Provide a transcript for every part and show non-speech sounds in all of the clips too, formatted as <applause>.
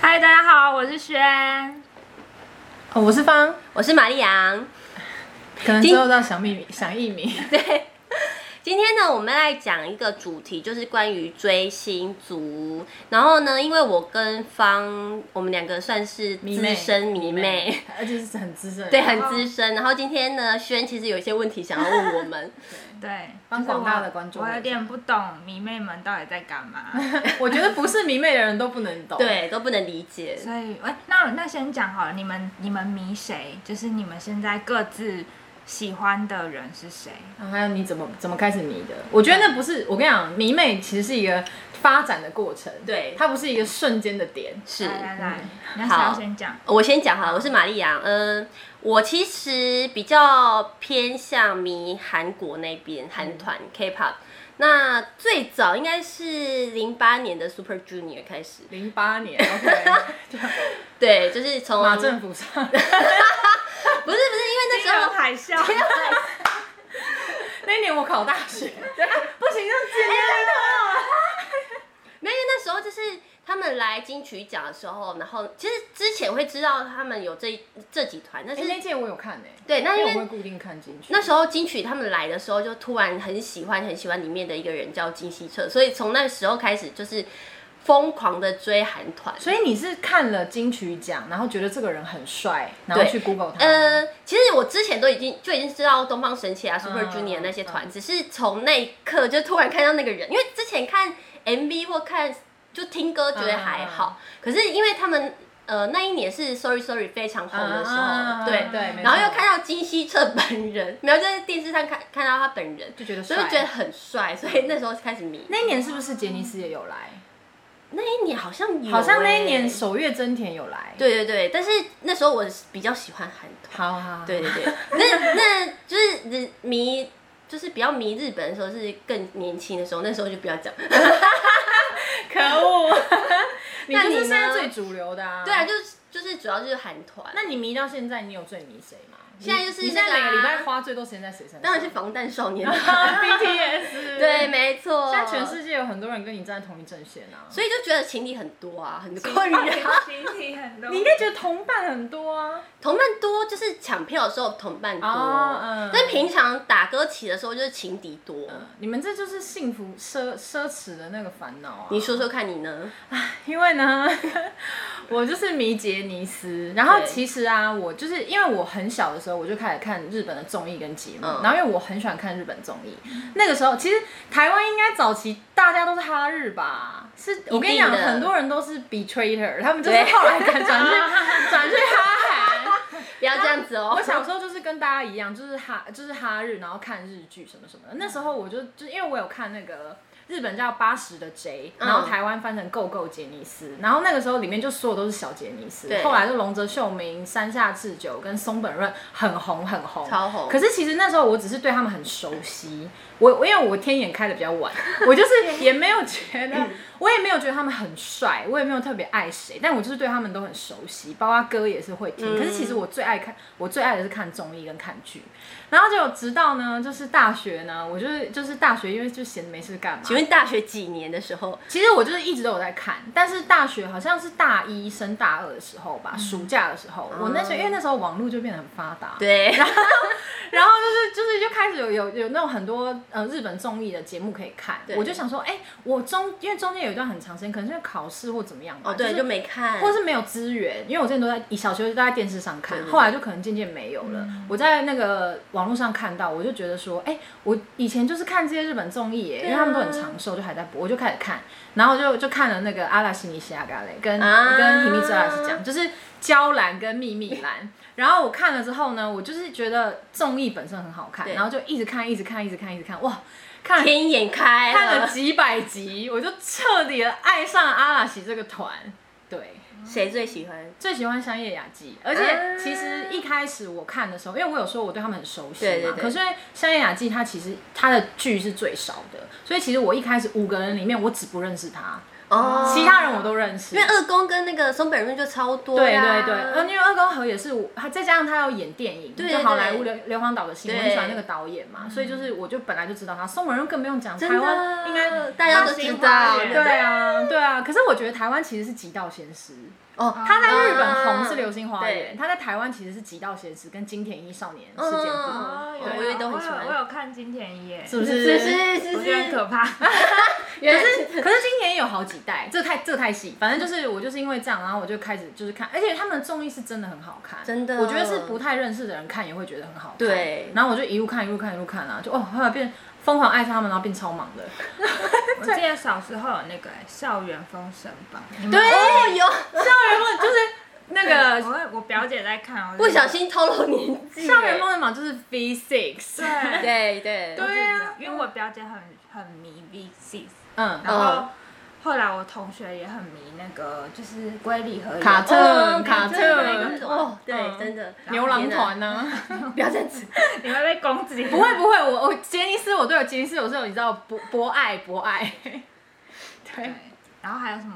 嗨，大家好，我是轩。哦，我是方，我是玛丽昂。可能今之后到小秘密、小一 <laughs> 米，对，今天呢，我们来讲一个主题，就是关于追星族。然后呢，因为我跟方，我们两个算是迷资妹深迷妹，，而且是很资深的人。 <laughs> 对，很资深。然后今天呢，轩其实有一些问题想要问我们，对，帮广大的观众我有点不懂迷妹们到底在干嘛，我觉得不是迷妹的人都不能懂。，对，都不能理解。所以，哎、那那先讲好了，你们你们迷谁？就是你们现在各自喜欢的人是谁？然后还有你怎么怎么开始迷的？我觉得那不是，我跟你讲，迷妹其实是一个发展的过程，对它不是一个瞬间的点。 <laughs> 是，来来来嗯，那谁要好先讲？我先讲哈，我是玛丽亚。嗯，我其实比较偏向迷韩国那边韩团 K-pop。那最早应该是零八年的 Super Junior 开始，零八 <laughs> 年，OK，就对，就是从马不是政府 <laughs> 上不是，因为那时啊候海 <laughs> 啸，那一年我考大学，对啊不行，就直接没有，因为那时候就是他们来金曲奖的时候，然后其实之前会知道他们有这这几团，但是、哎那届我有看诶，对，那因因为我为会固定看进去。那时候金曲他们来的时候，就突然很喜欢很喜欢里面的一个人叫金希澈，所以从那时候开始就是疯狂的追韩团。所以你是看了金曲奖，然后觉得这个人很帅，然后对去 Google 他。呃，其实我之前都已经就已经知道东方神起啊、Super 嗯 Junior 那些团，只是从那一刻就突然看到那个人，因为之前看 MV 或看就听歌觉得还嗯好，可是因为他们呃那一年是 Sorry Sorry 非常红的时候，啊对，对，没然后又错看到金希澈本人，没有在电视上看看到他本人，就觉得所帅，以就觉得很帅，所以那时候开始迷。那一年是不是杰尼斯也有来？那一年好像有、好像那一欸年首月真田有来。，对对对，但是那时候我比较喜欢韩团。好好好对对对，那那就是日迷，就是比较迷日本的时候是更年轻的时候，那时候就不要讲。可恶，你那就你是呢现在最主流的啊。对啊，就是就是主要就是韩团，那你迷到现在，你有最迷谁吗？你现在就是你现在那每个啊个礼拜花最多时间在谁身上？当然是防弹少年。 BTS。对，，没错。现在全世界有很多人跟你站在同一阵线啊，所以就觉得情敌很多啊，很困扰。集体啊很多你应该觉得同伴很多啊。 <laughs> 同伴多就是抢票的时候同伴多，哦嗯但平常打歌起的时候就是情敌多。你们这就是幸福奢奢侈的那个烦恼啊！你说说看，你呢？因为呢，我就是迷杰尼斯。然后对其实啊，我就是因为我很小的时候，我就开始看日本的综艺跟节目。嗯然后因为我很喜欢看日本综艺，那个时候其实台湾应该早期大家都是哈日吧？是我跟你讲，一定的很多人都是 betrayer，他们就是对后来转去 <laughs> 转去哈韩。不要这样子哦我。小时候就是跟大家一样，就是哈就是哈日，然后看日剧什么什么的。那时候我就就因为我有看那个日本叫《八十的 J》，嗯然后台湾翻成《够够杰尼斯》，然后那个时候里面就所有都是小杰尼斯对。后来就龙泽秀明、山下智久跟松本润很红很红，超红可是其实那时候我只是对他们很熟悉，我我因为我天眼开的比较 <laughs> 晚，我就是也没有觉嗯得，我也没有觉得他们很帅，我也没有特别爱谁，但我就是对他们都很熟悉，包括歌也是会嗯听。可是其实我最爱看，我最爱的是看综艺跟看剧。然后就直到呢，就是大学呢，我就是就是大学，因为就闲着没事干嘛请。问大学几年的时候？其实我就是一直都有在看，但是大学好像是大一升大二的时候嗯吧，暑假的时候，我那时候因为那时候网络就变得很发达，对， <laughs> 然后就是就是就开始有有有那种很多呃日本综艺的节目可以看，对我就想说，哎、我中因为中间有一段很长时间，可能是因为考试或怎么样吧，哦，对，是就没看，或是没有资源，因为我之前都在以小学就在电视上看对，对嗯后来就可能渐渐没有了。我在那个网络上看到，我就觉得说，哎、我以前就是看这些日本综艺耶，啊因为他们都很长寿，就还在播，我就开始看，然后就就看了那个阿拉西尼西亚嘎雷跟、啊跟秘密之拉是讲，就是娇兰跟秘密 <laughs> 兰。然后我看了之后呢，我就是觉得综艺本身很好看，对然后就一直看，一直看，一直看，一直看，哇，看了天啊眼开看了几百集，我就彻底的爱上了阿拉西这个团，对。谁最喜欢？最喜欢香叶雅纪，而啊且其实一开始我看的时候，因为我有说我对他们很熟悉嘛，对对对可是因为香叶雅纪她其实她的剧是最少的，所以其实我一开始五个人里面我只不认识她，哦，其他人我都认识因为。二宫跟那个松本润就超多啊对呀、对对，呃，因为二宫和也是我，他再加上他要演电影，对就好莱坞对硫硫磺岛的新闻对传那个导演嘛，所以就是我就本来就知道他，宋文润更不用讲，台真湾的应该大家都知道，对对啊对啊，可是我觉得台湾其实是极道先师，哦，他在日本红是《流星花啊园》，他在台湾其实是《极道贤师》跟《金田一少年事件簿》嗯哦对有我也都很喜欢我有我有看金田一耶，是不是是？是是我觉得很 <laughs> 是，可怕。可是可是金田一有好几代，这太这太细，反正就是我就是因为这样，然后我就开始就是看，而且他们的综艺是真的很好看，真的我觉得是不太认识的人看也会觉得很好看。对然后我就一路看一路看一路看啊，就哦后来变疯狂爱上他们，然后变超忙的。我记得小时候有那个欸校园封神榜，你们对，哦有校园梦就是那个我我表姐在看，我就不小心透露年纪，校园，梦的嘛，就是 V Six，对对对对啊因为我表姐很很迷 V C，嗯，然后后来我同学也很迷那个就是龟梨和也卡特哦卡特那种哦，对，嗯真的牛郎团啊呢、不要这样子，你会被攻击，不 <laughs> 会不会，我我杰尼斯，我对我杰尼斯有时候你知道博博爱博爱，对对。然后还有什么？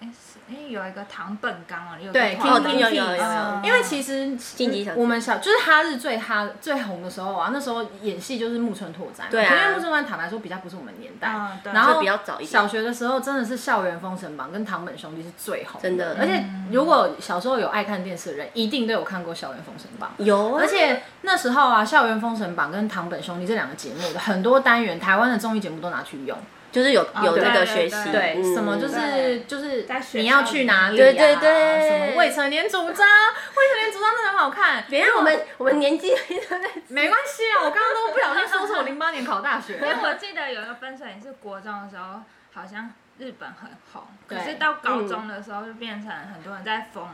哎是哎有一个唐本嗯刚哦，有一个对团哦，King 对 King 嗯有 Kids 有有有因为其实竞技小子我们小就是哈日最哈最红的时候啊，那时候演戏就是木村拓哉嘛，对啊可是因为木村拓哉坦白说比较不是我们年代，嗯对然后就比较早一点小学的时候真的是校园封神榜跟堂本兄弟是最红，真的而且如果小时候有爱看电视的人，一定都有看过校园封神榜。有啊，而且那时候啊，《校园封神榜》跟《堂本兄弟》这两个节目的很多单元，台湾的综艺节目都拿去用。就是有哦有对那个对学习，对对，嗯什么就是对就是在学你要校去里哪面里、啊？对对对什么未成年啊 <laughs> 主张，未成年主张真的很好看。别让我们我们年纪都在没关系啊，我刚刚都不小心说出我零八年考大学因。为我记得有一个分水岭是国中的时候，好像日本很红，对嗯可是到高中的时候就变成很多人在疯。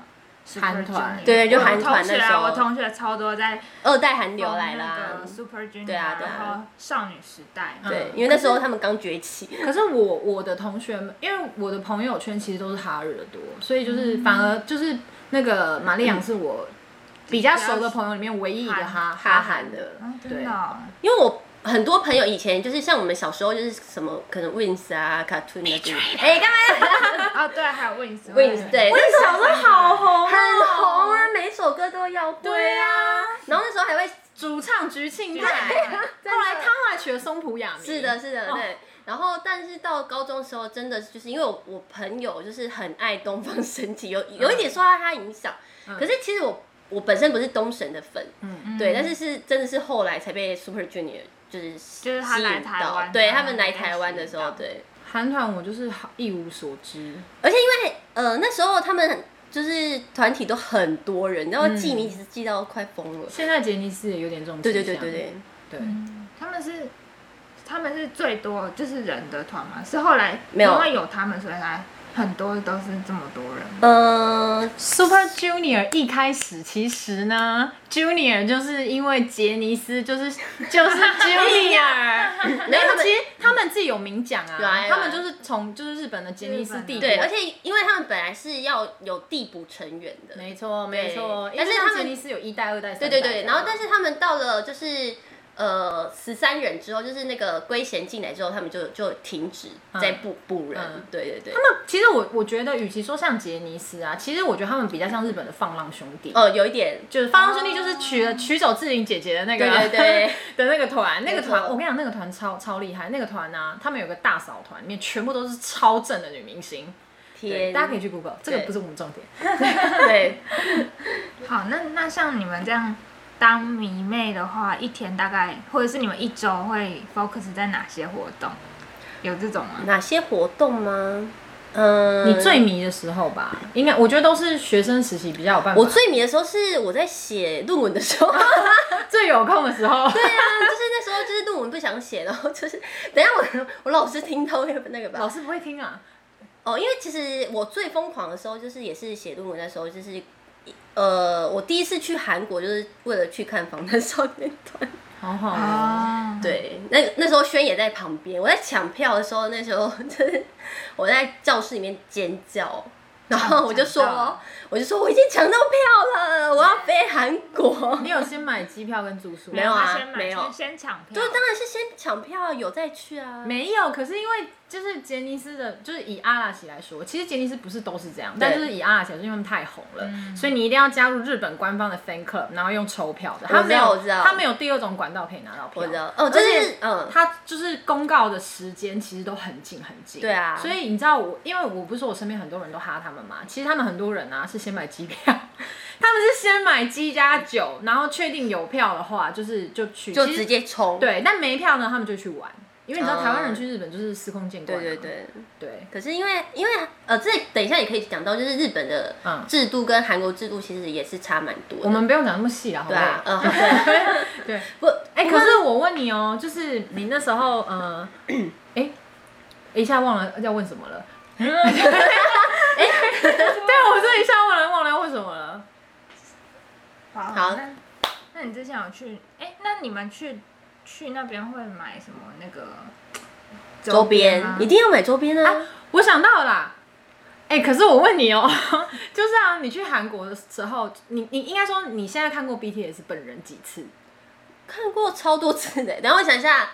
韩团 Super Junior 对就韩团我同学那时啊，候我同学超多在二代韩流疯来哦那啦个，Super Junior，对啊对啊然后少女时代，对嗯，因为那时候他们刚崛起， <laughs> 可是我我的同学们，因为我的朋友圈其实都是哈日的多，所以就是嗯反而就是那个玛丽亚是我比较熟的朋友里面唯一一个哈哈韩韩。的，啊，真的哦，因为我很多朋友以前就是像我们小时候就是什么可能 Wins 啊、Cartoon 那些，哎，干嘛啊，对，还有 Wins Wins 对，那小时候好红、哦很红啊，每一首歌都要会对啊，啊，然后那时候还会主唱菊庆对啊泰，后来他后来娶了松浦亚弥，是的，是的，哦对。然后，但是到高中的时候，真的就是因为我我朋友就是很爱东方神起，有有一点受到他影响。可是其实我我本身不是东神的粉，嗯对，但是是真的是后来才被 Super Junior 就是就是他吸来引台到湾对然后他们来台湾的时被候，吸引到对，韩团我就是好一无所知，而且因为呃那时候他们就是团体都很多人，然后记名其实记到快疯了，现在杰尼斯也有点这种对倾对向，对对对，对嗯他们是他们是最多就是人的团嘛，是后来没有因为有他们，所以才很多都是这么多人。嗯、 Super Junior 一开始其实呢，Junior 就是因为杰尼斯就是 <laughs> 就是 Junior，没有他们其实他们自己有明讲啊，有啊有啊他们就是从就是日本的杰尼斯帝国，对，而且因为他们本来是要有递补成员的，没错没错，因对但为是像他们杰尼斯有一代、二代、三对代对的，啊对，然后但是他们到了就是呃十三人之后，就是那个龟贤进来之后，他们就就停止在补补人、嗯对对对，他们其实我我觉得，与其说像杰尼斯啊，其实我觉得他们比较像日本的放浪兄弟。哦、有一点就是放浪兄弟，就是娶了取走志玲姐姐的那个，啊对对 <laughs> 对的那个团，那个团，没错我跟你讲，那个团超超厉害，那个团呢、他们有个大嫂团，里面全部都是超正的女明星，对，天，大家可以去 Google，这个对不是我们重点，对，好，那那像你们这样当迷妹的话，一天大概或者是你们一周会 focus 在哪些活动？有这种吗？哪些活动吗？嗯，你最迷的时候吧，应该我觉得都是学生时期比较有办法，我最迷的时候是我在写论文的时候，对 <laughs> 啊，最有空的时候，就是那时候就是论文不想写，然后就是等一下我我老师听到会那个吧， <laughs> 老师不会听啊，哦，因为其实我最疯狂的时候，就是也是写论文的时候，就是呃，我第一次去韩国就是为了去看《防弹少年团》。好好啊哦，哦，对，那那时候轩也在旁边，我在抢票的时候，那时候就是我在教室里面尖叫。然后我就抢到说了，我就说我已经抢到票了，我要飞韩国。你有先买机票跟住宿吗没有啊哦他先买没有先先抢票，就当然是先抢票，有再去啊。没有，可是因为就是杰尼斯的，就是以阿拉奇来说，其实杰尼斯不是都是这样，对嗯但就是以阿拉奇来说，因为他们太红了，所以你一定要加入日本官方的 fan club，然后用抽票的，他我知道没有，我知道他没有第二种管道可以拿到票。我知道哦而就是且嗯他就是公告的时间其实都很近很近。对啊所以你知道我，因为我不是说我身边很多人都哈他们嘛，其实他们很多人啊是先买机票， <laughs> 他们是先买机加酒，然后确定有票的话，就是就去，就其实直接冲。对，但没票呢，他们就去玩，因为你知道嗯台湾人去日本就是司空见惯、啊对对对。对可是因为因为呃，这等一下也可以讲到，就是日本的嗯制度跟韩国制度其实也是差蛮多的。我们不用讲那么细了，好对累啊啊，。<laughs> 嗯，对，对，不，哎、可是我问你哦、就是你那时候，呃，哎、一下忘了要问什么了。 <laughs> 哎、对，我这一下忘了忘了要问什么了。好，好那那你之前有去？哎、那你们去去那边会买什么那个周边吗一定要买周边啊。我想到了啦。哎、可是我问你哦、 <laughs> 就是啊，你去韩国的时候，你你应该说你现在看过 BTS 本人几次？看过超多次的，然后我想一下，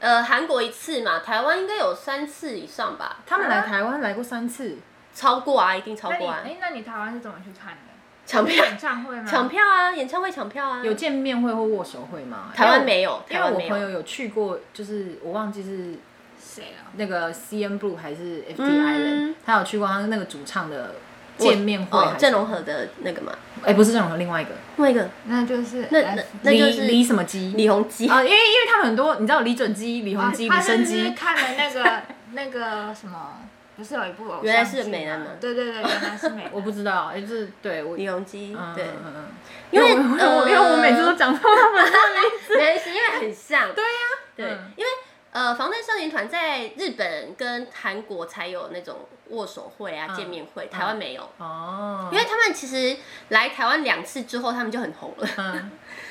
呃，韩国一次嘛，台湾应该有三次以上吧，他们来啊台湾来过三次，超过啊，一定超那你过啊哎、，那你台湾是怎么去看的？抢票演唱会吗？抢票啊，演唱会抢票啊，嗯有见面会或握手会吗？台湾因为没有，我，因台为湾我没朋有，友有去过，就是我忘记是谁啊？那个 CN Blue 还是 FT Island，、嗯他有去过他那个主唱的见面会哦还，是，嗯郑容和的那个嘛，哎、不是郑容和，另外一个另外一个那就是啊那 F- 那那就李李是什么基李弘基，啊、因为因为他们很多，你知道李准基、李啊弘基、他李是生不是基，看了那个 <laughs> 那个什么？不是有一部偶像原来是剧美男吗吗对对对，原来是美男。我不知道，哎、就是对我，李弘基，嗯对，嗯嗯因为呃因为我、因为我每次都讲到他们，没关系，因为很像，对呀、对， <laughs> 嗯因为呃，防弹少年团在日本跟韩国才有那种握手会啊、嗯见面会，台湾没有。哦，因为他们其实来台湾两次之后，他们就很红了，嗯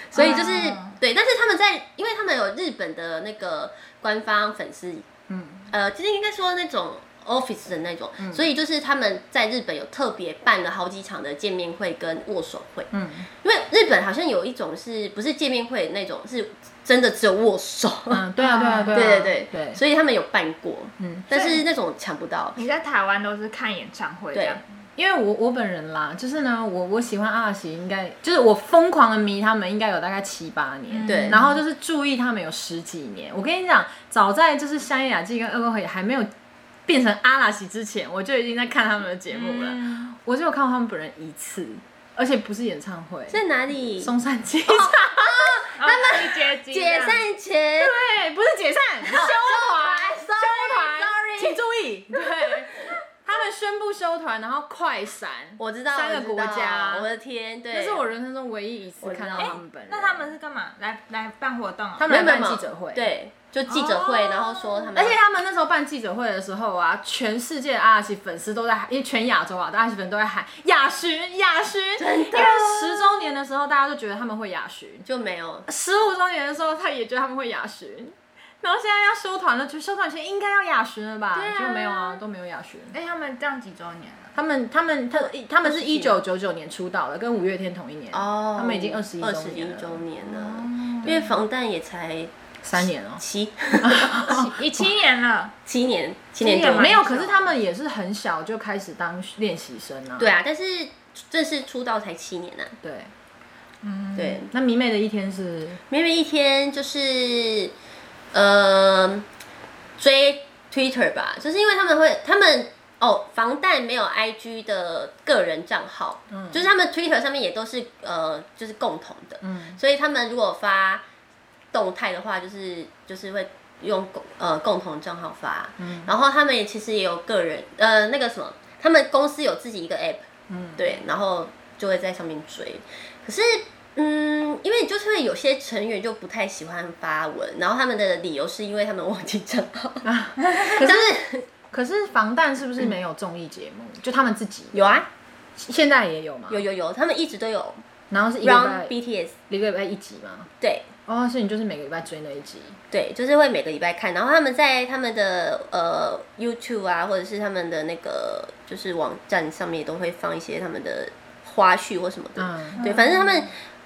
所以就是、啊对，但是他们在，因为他们有日本的那个官方粉丝，嗯呃，其实应该说那种 office 的那种，所以就是他们在日本有特别办了好几场的见面会跟握手会，嗯，因为日本好像有一种是不是见面会那种，是真的只有 <laughs> 握手，嗯，对啊对啊对啊，对对对，所以他们有办过，嗯但是那种抢不到，你在台湾都是看演唱会这对样，因为我我本人啦，就是呢，我我喜欢阿拉西，应该就是我疯狂的迷他们，应该有大概七八年，嗯对然后就是注意他们有十几年。我跟你讲，早在就是香叶雅纪跟二宫和也还没有变成阿拉西之前，我就已经在看他们的节目了。嗯我只有看过他们本人一次，而且不是演唱会，在哪里？松山机场，他们解解散 <laughs> 前对，不是解散，是休哦团，休团休团， sorry，sorry 请注意，对，他们宣布休团，然后快闪，我知道三个我知国道家我的天，对，那是我人生中唯一一次我知道看到他们本人。那他们是干嘛？来来办活动哦、他没有们没来有没办有记者会，。对，就记者会，哦然后说他们，而且他们那时候办记者会的时候啊，全世界的阿拉西粉丝都在喊，因为全亚洲啊，大家粉丝都在喊亚巡亚巡，因为十周年的时候大家就觉得他们会亚巡，就没有，十五周年的时候他也觉得他们会亚巡，然后现在要休团了，就休团前应该要亚巡了吧？对啊结果没有啊，都没有亚巡。哎、他们这样几周年了，他们他们他他们是一几九九九年出道的，跟五月天同一年，哦，他们已经21二周十年一了周年了，因为防弹也才三年哦、七一七年了，七年，七年年多蛮没没有，有，可是他们也是很小就开始当练习生啊。对啊，但是正式出道才七年啊，对，嗯，对，那迷妹的一天是每每一天就是呃追 Twitter 吧，就是因为他们会他们。哦，防弹没有 IG 的个人账号，就是他们 Twitter 上面也都是呃，就是共同的，嗯所以他们如果发动态的话，就是就是会用共呃共同账号发，嗯然后他们也其实也有个人呃那个什么，他们公司有自己一个 app，嗯对，然后就会在上面追。可是嗯，因为就是会有些成员就不太喜欢发文，然后他们的理由是因为他们忘记账 <laughs> 号，但是可是防弹是不是没有综艺节目？就他们自己有啊现在也有嘛？有有有，他们一直都有然后是一个礼 Round 拜 BTS 一个礼拜一集嘛？对。哦，所以你就是每个礼拜追那一集。对，就是会每个礼拜看，然后他们在他们的呃 YouTube 啊，或者是他们的那个就是网站上面都会放一些他们的花絮或什么的。嗯，对，反正他们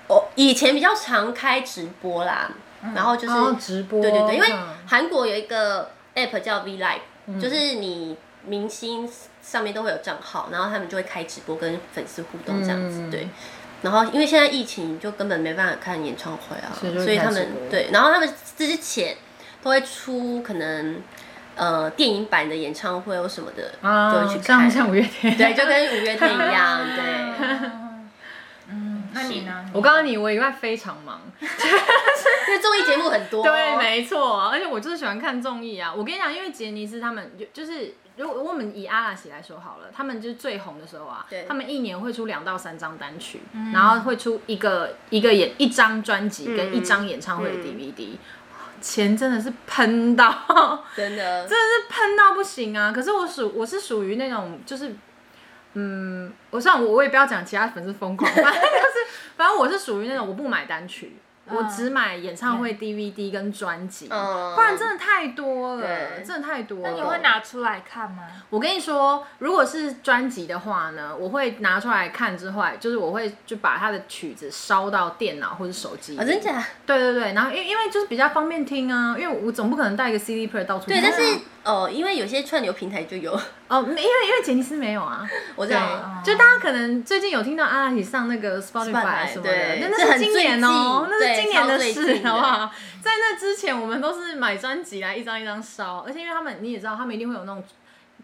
哦以前比较常开直播啦，然后就是、然后直播，对对对，因为嗯韩国有一个 App 叫 V Live，就是你明星上面都会有账号，然后他们就会开直播跟粉丝互动这样子，嗯对。然后因为现在疫情，就根本没办法看演唱会啊，所以就会所以开他直们播对，然后他们之前都会出可能呃电影版的演唱会或什么的，啊，就会去像看，像五月天，对，就跟五月天一 <laughs> 样，对。 <laughs> 嗯，那你呢？我告诉你，我以外非常忙。因为综艺节目很多，对，没错，而且我就是喜欢看综艺啊。我跟你讲，因为杰尼斯他们就就是，如果我们以阿拉西来说好了，他们就是最红的时候啊对，嗯他们一年会出两到三张单曲，然后会出一个一个演一张专辑跟一张演唱会的嗯 DVD，、钱真的是喷到，真的，真的是喷到不行啊！可是我属我是属于那种就是，嗯，我虽然我我也不要讲其他粉丝疯狂， <laughs> 反正就是反正我是属于那种我不买单曲，我只买演唱会 DVD 跟专辑，嗯不然真的太多了，对真的太多那了。你会拿出来看吗？我跟你说，如果是专辑的话呢，我会拿出来看之外，就是我会就把它的曲子烧到电脑或者手机。哦，真？假？对对对，然后因为因为就是比较方便听啊，因为我总不可能带一个 CD player 到处啊对，跑但是哦，因为有些串流平台就有，哦，没因为因为杰尼斯没有啊，我知对道，，就大家可能最近有听到阿拉西上那个 Spotify 什么的，对那这那很是今年哦、那最近是今年的对超最事近，的好不好？在那之前，我们都是买专辑来一张一张烧，而且因为他们你也知道，他们一定会有那种，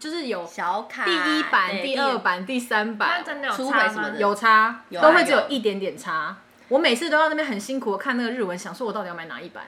就是有小卡第一版、对第二版、第三那版，真的有出差版什么吗的？有差，有啊都会只有有一点点差。我每次都要那边很辛苦的看那个日文，想说我到底要买哪一版。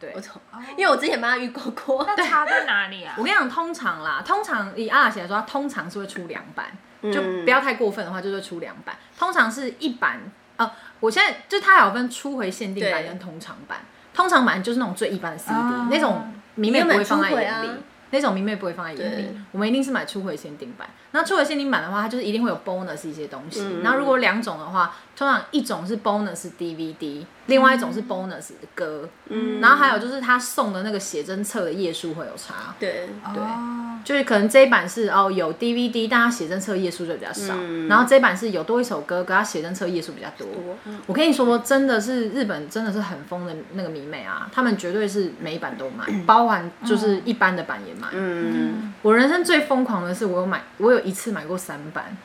对我，懂，因为我之前帮他预购过，那差在哪里啊我？跟你讲，通常啦，通常以阿拉西来说，它通常是会出两版，嗯就不要太过分的话，就是出两版。通常是一版，呃，我现在就它还有分初回限定版对跟通常版。通常版就是那种最一般的 CD，、啊那种迷妹不会放在眼你里有买初回啊，那种迷妹不会放在眼里对。我们一定是买初回限定版。那初回限定版的话，它就是一定会有 bonus 一些东西。嗯然后如果两种的话，通常一种是 bonus DVD，另外一种是 bonus 的歌。嗯然后还有就是他送的那个写真册的页数会有差。对，对哦就是可能这一版是哦有 DVD，但它写真册页数就比较少，嗯然后这一版是有多一首歌，可它写真册页数比较多。我我跟你说，真的是日本真的是很疯的那个迷妹啊，他们绝对是每一版都买，包含就是一般的版也买。嗯，我人生最疯狂的是，我有买，我有一次买过三版，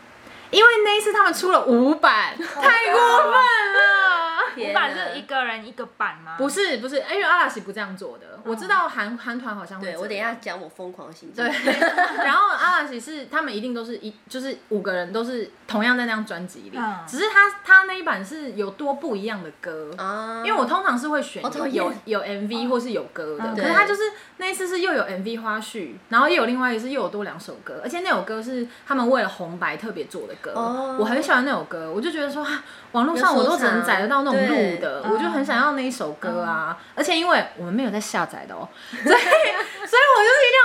因为那一次他们出了五版，太过啊分了。五天啊版哪是一个人一个版吗？不是不是，因为阿拉西不这样做的，我知道韩韩团好像会对这我等一下样讲我疯狂的 <laughs> 行径，对，然后阿拉西是他们一定都是一就是五个人都是同样在那张专辑里，嗯只是他他那一版是有多不一样的歌。啊，因为我通常是会选好讨厌哦有有 MV 或是有歌的，嗯可是他就是那一次是又有 MV 花絮，然后又有另外一个是又有多两首歌，而且那首歌是他们为了红白特别做的歌，哦我很喜欢那首歌，我就觉得说啊，网络上有我收都只能藏载得到那种对嗯录的，我就很想要那一首歌啊，而且因为我们没有在下载的哦， <laughs> 所以所以我就是一定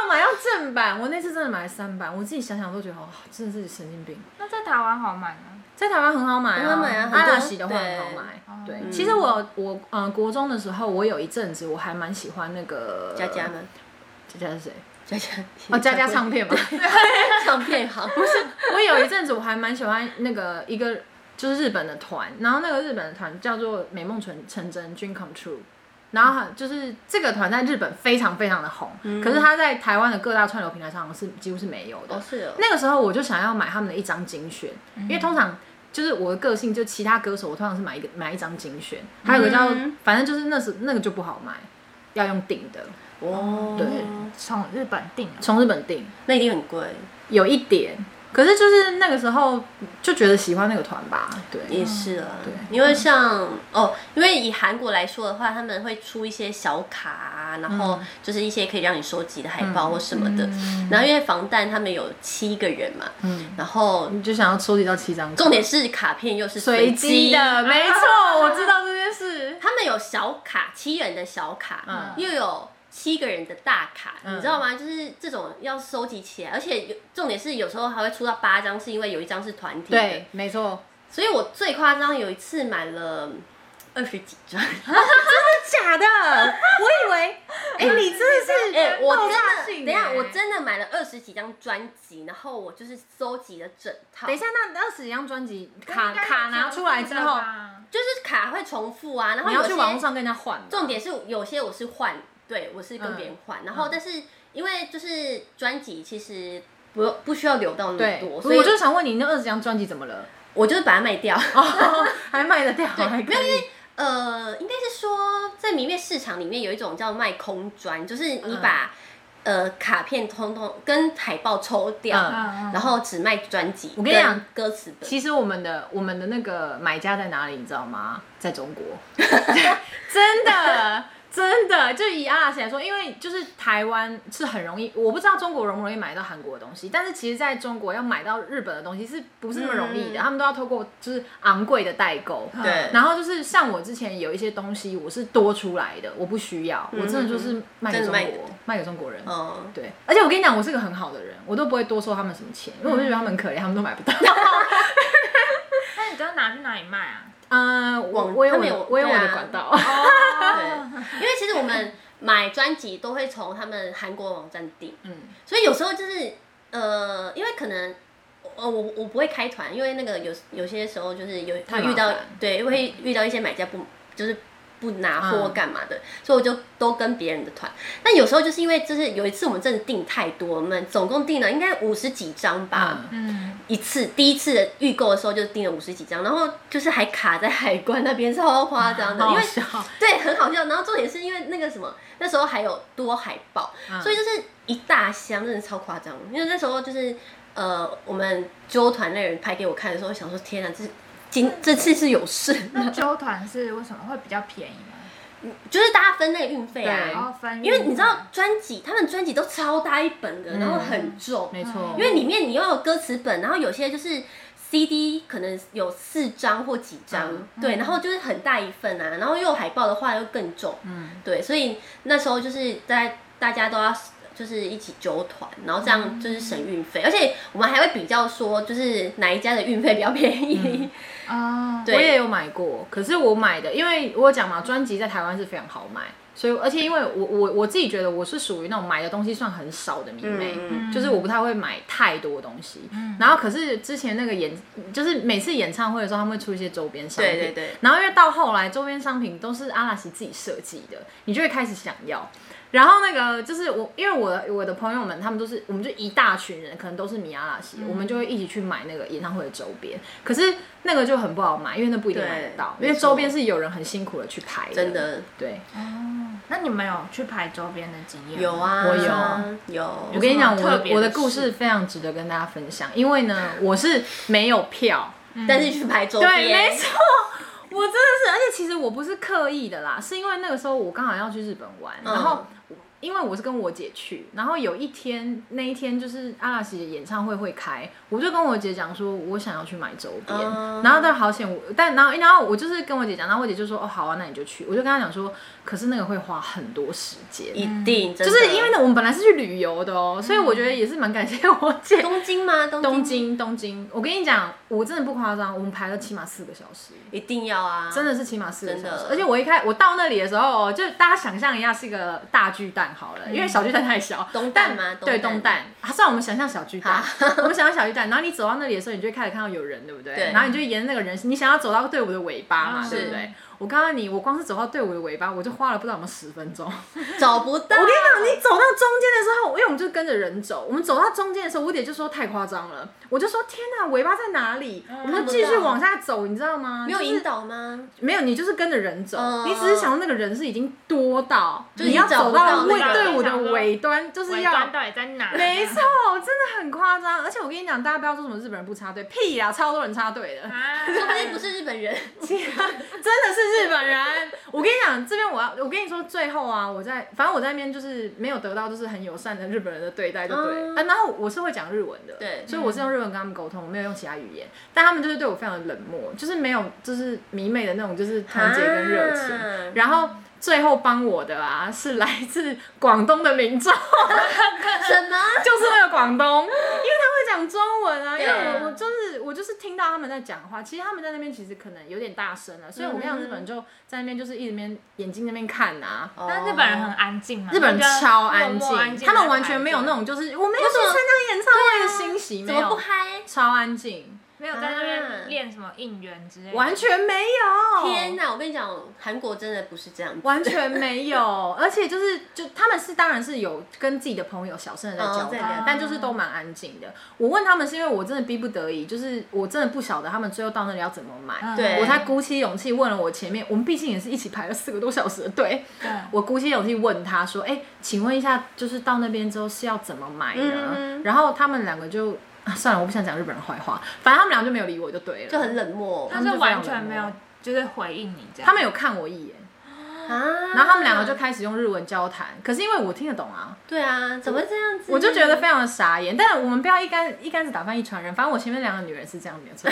要买到正版，我那次真的买了三版，我自己想想都觉得哦，真的是神经病。那在台湾好买吗？在台湾很好买很啊，好买啊很阿多拉西的话很好买。对对，嗯其实我我嗯、呃国中的时候，我有一阵子我还蛮喜欢那个佳佳，呢？佳佳是谁？佳佳 <laughs> 哦，佳佳唱片嘛。 <laughs> 唱片行，不是我有一阵子我还蛮喜欢那个一个就是日本的团，然后那个日本的团叫做美梦成成真 Dream Come True。然后很就是这个团在日本非常非常的红，可是它在台湾的各大串流平台上是几乎是没有的。哦是哦，那个时候我就想要买他们的一张精选，因为通常就是我的个性，就其他歌手我通常是买一个买一张精选，还有一个叫、嗯反正就是那时那个就不好买，要用订的，哦对从日本订的。从日本订那一定很贵，有一点，可是就是那个时候就觉得喜欢那个团吧，对也是啊，嗯对因为像哦，因为以韩国来说的话，他们会出一些小卡啊，然后嗯就是一些可以让你收集的海报或什么的。然后因为防弹他们有七个人嘛，嗯然后就想要收集到七张，重点是卡片又是随机机的，没错，我知道这件事，他们有小卡，七人的小卡，嗯又有七个人的大卡，嗯你知道吗？就是这种要收集起来，而且有重点是有时候还会出到八张，是因为有一张是团体的。对，没错，所以我最夸张有一次买了二十几张，假的，我以为，哎，你真的是哎、我爆真的炸，等性一下哎我真的买了二十几张专辑，然后我就是收集了整套。等一下，，那那十几张专辑卡卡拿出来之后，就是卡会重复啊，然后你有要些去网络上跟人家换吧。嗯重点是有些我是换，对我是跟别人换，然后但是因为就是专辑其实不不需要流到那么对多，，所以我就想问你，那二十张专辑怎么 <laughs> 了？我就是把它卖掉。哦，还卖得掉？还可以没有因为呃，应该是说在迷妹市场里面有一种叫卖空专，就是你嗯把、呃卡片通通跟海报抽掉，嗯嗯，然后只卖专辑。我跟你讲，歌词本其实我们的我们的那个买家在哪里，你知道吗？在中国，真的真的，就以阿拉斯来说，因为就是台湾是很容易，我不知道中国容不容易买到韩国的东西，但是其实在中国要买到日本的东西是不是那么容易的？嗯他们都要透过就是昂贵的代购。对然后就是像我之前有一些东西我是多出来的，我不需要，我真的就是卖给嗯真的中卖国，卖给中国人。嗯，对，而且我跟你讲，我是个很好的人，我都不会多收他们什么钱，因为我就觉得他们很可怜，他们都买不到。那你知道拿去哪里卖啊？嗯，我网我有他我们有的我有我对的啊管道，哦对，因为其实我们买专辑都会从他们韩国网站订，嗯，所以有时候就是呃，因为可能。呃，我我不会开团，因为那个有有些时候就是有太麻遇到烦对会遇到一些买家不就是不拿货嗯干嘛的，所以我就都跟别人的团。但有时候就是因为就是有一次我们真的订太多，我们总共订了应该五十几张吧，嗯嗯，一次第一次的预购的时候就订了五十几张，然后就是还卡在海关那边，超夸张的，因为 <laughs> 对很好笑。然后重点是因为那个什么，那时候还有多海报，嗯所以就是一大箱，真的超夸张。因为那时候就是呃，我们纠团那人拍给我看的时候，我想说天啊，这今嗯这次是有事， <laughs> 那纠团是为什么会比较便宜吗？就是大家分那个运费对然啊，后分，因为你知道专辑，他们专辑都超大一本的，嗯然后很重，没错，嗯因为里面你又有歌词本，然后有些就是 CD 可能有四张或几张，嗯对，嗯然后就是很大一份啊，然后又有海报的话又更重，嗯对，所以那时候就是大家大家都要就是一起揪团，然后这样嗯就是省运费，而且我们还会比较说就是哪一家的运费比较便宜，啊，嗯对我也有买过，可是我买的，因为我有讲嘛，专辑在台湾是非常好买，所以而且因为我我我自己觉得我是属于那种买的东西算很少的迷妹，嗯就是我不太会买太多东西。然后可是之前那个演，就是每次演唱会的时候，他们会出一些周边商品。对对对。然后因为到后来周边商品都是阿拉西自己设计的，你就会开始想要。然后那个就是我，因为我的我的朋友们，他们都是我们就一大群人，可能都是米阿拉嗯西，我们就会一起去买那个演唱会的周边。可是那个就很不好买，因为那不一定买得到，对因为没错周边是有人很辛苦的去排的。真，的对。哦，那你们有去排周边的经验吗？有啊，我有有，我跟你讲，我有什么特的别的我的故事非常值得跟大家分享，因为呢，我是没有票，但是去拍周边，对，没错，我真的是，而且其实我不是刻意的啦，是因为那个时候我刚好要去日本玩，嗯然后我因为我是跟我姐去，然后有一天那一天就是阿拉西的演唱会会开，我就跟我姐讲说，我想要去买周边，嗯然后但好险我，但然后然后我就是跟我姐讲，然后我姐就说，哦好啊，那你就去，我就跟她讲说，可是那个会花很多时间。一定，就嗯就是因为呢，我们本来是去旅游的哦、所以我觉得也是蛮感谢我姐东京吗？<laughs> 东东京，东京，我跟你讲，我真的不夸张，我们排了起码四个小时，一定要啊，真的是起码四个小真的时。而且我一开我到那里的时候哦，就大家想象一下是一个大巨蛋好了，因为小巨蛋太小，嗯东但蛋啊吗？对东蛋，啊虽然我们想象小巨蛋， <laughs> 我们想象小巨蛋，然后你走到那里的时候，你就会开始看到有人，对不对？对然后你就沿着那个人，你想要走到队伍的尾巴嘛，啊对不对？我告诉你，我光是走到队伍的尾巴，我就花了不知道有没有十分钟。找不到。我跟你讲，你走到中间的时候，因为我们就跟着人走，我们走到中间的时候，我姐就说太夸张了，我就说天哪，尾巴在哪里？嗯我们就继续往下走，你知道吗？没有就是引导吗？没有，你就是跟着人走，嗯你只是想那个人是已经多到，就是你要你找走不到到那尾个队伍人的尾端，就是尾要端。到底在哪？ <laughs> 没错，真的很夸张，而且我跟你讲，大家不要说什么日本人不插队，屁啦，超多人插队的。啊，说不定不是日 <laughs> 本人，真的是日本人。我跟你讲，这边我要，我跟你说，最后啊，我在，反正我在那边就是没有得到就是很友善的日本人的对待，就对、嗯啊。然后我是会讲日文的，对所以我是用日文跟他们沟通，我没有用其他语言。但他们就是对我非常的冷漠，就是没有就是迷妹的那种就是团结跟热情。啊然后最后帮我的啊，是来自广东的民众。什么？ <laughs> 就是那个广东，因为他会讲中文啊，因对为啊我我就是是我就是听到他们在讲话，其实他们在那边其实可能有点大声了，所以我跟嗯日本人就在那边就是一直边眼睛那边看啊。但日本人很安静嘛，啊日本就人超安默默安静，他们完地排全队没有那种就是我们要去为什么参加演唱会的欣喜，怎没么不有，嗨？超安静，没有在那啊边练什么应援之类的，完全没有，天哪！我跟你讲，韩国真的不是这样子，完全没 <laughs> 有，而且就是就他们是当然是有跟自己的朋友小声的在哦交在谈，聊但就是都蛮安静的。我问他们是因为我真的逼不得已，就是我真的不晓得他们最后到那里要怎么买，嗯对我才鼓起勇气问了我前面，我们毕竟也是一起排了四个多小时的 <laughs> 队，对。我鼓起勇气问他说：“哎、请问一下，就是到那边之后是要怎么买呢？”嗯然后他们两个就、啊算了，我不想讲日本人坏话，反正他们俩就没有理我就对了，就很冷漠他们是就完非常全冷没漠有，就是回应你这样。他们有看我一眼，啊。然后他们两个就开始用日文交谈，可是因为我听得懂啊。对啊，怎么会这样子？我就觉得非常的傻眼。但我们不要一竿一竿子打翻一船人，反正我前面两个女人是这样没有 <laughs> 错。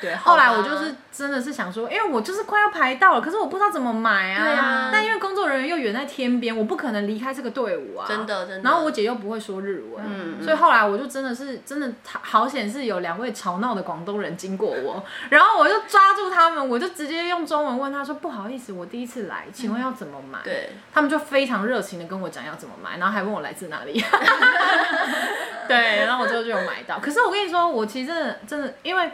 对，后来我就是真的是想说，因为我就是快要排到了，可是我不知道怎么买啊。对啊但因为工作人员又远在天边，我不可能离开这个队伍啊。真。的真的。然后我姐又不会说日文，嗯所以后来我就真的是真的好险是有两位吵闹的广东人经过我，然后我就抓住他们，我就直接用中文问他说：“不好意思，我第一次来，请问要怎么买？”嗯对，他们就非常热情的跟我讲要怎么买，然后还问我来自哪里。 <laughs> 对，然后我最后就有买到。可是我跟你说，我其实真的真的，因为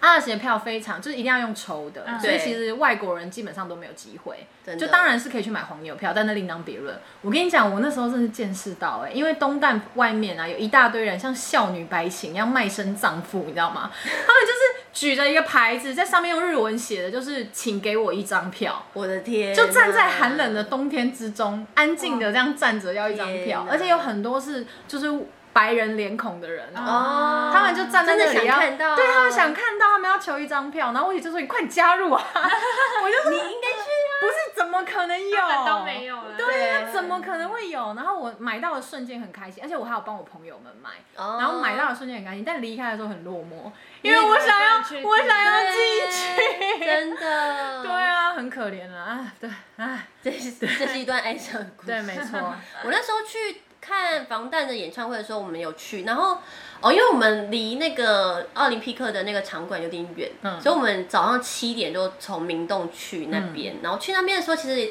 阿拉斯的票非常就是一定要用抽的，嗯所以对其实外国人基本上都没有机会。真的就当然是可以去买黄牛票，但那另当别论。我跟你讲，我那时候真是见识到哎、欸因为东旦外面啊有一大堆人像少女白情一样卖身葬父，你知道吗？他们就是举着一个牌子，在上面用日文写的，就是请给我一张票。我的天，啊就站在寒冷的。冬天之中，安静的这样站着要一张天票，哪而且有很多是就是白人脸孔的人啊。哦，他们就站在那真的里要，想看到，对他们想看到，他们要求一张票，然后我姐就说：“你快加入 <laughs> 啊！”我就说：“你应该去啊！”不是，怎么可能有？他们都没。有了。对，那怎么可能会有？然后我买到的瞬间很开心，而且我还有帮我朋友们买，哦，然后买到的瞬间很开心，但离开的时候很落寞，因因为为我你想要不能去，我想要进去。 <laughs> 对真的，对，啊，很可怜啊，哎，对，哎，这是这是一段哀伤的故事。对，没 <laughs> 错。我那时候去看防弹的演唱会的时候，我们有去，然后哦，因为我们离那个奥林匹克的那个场馆有点远，嗯所以我们早上七点就从明洞去那边，嗯然后去那边的时候，其实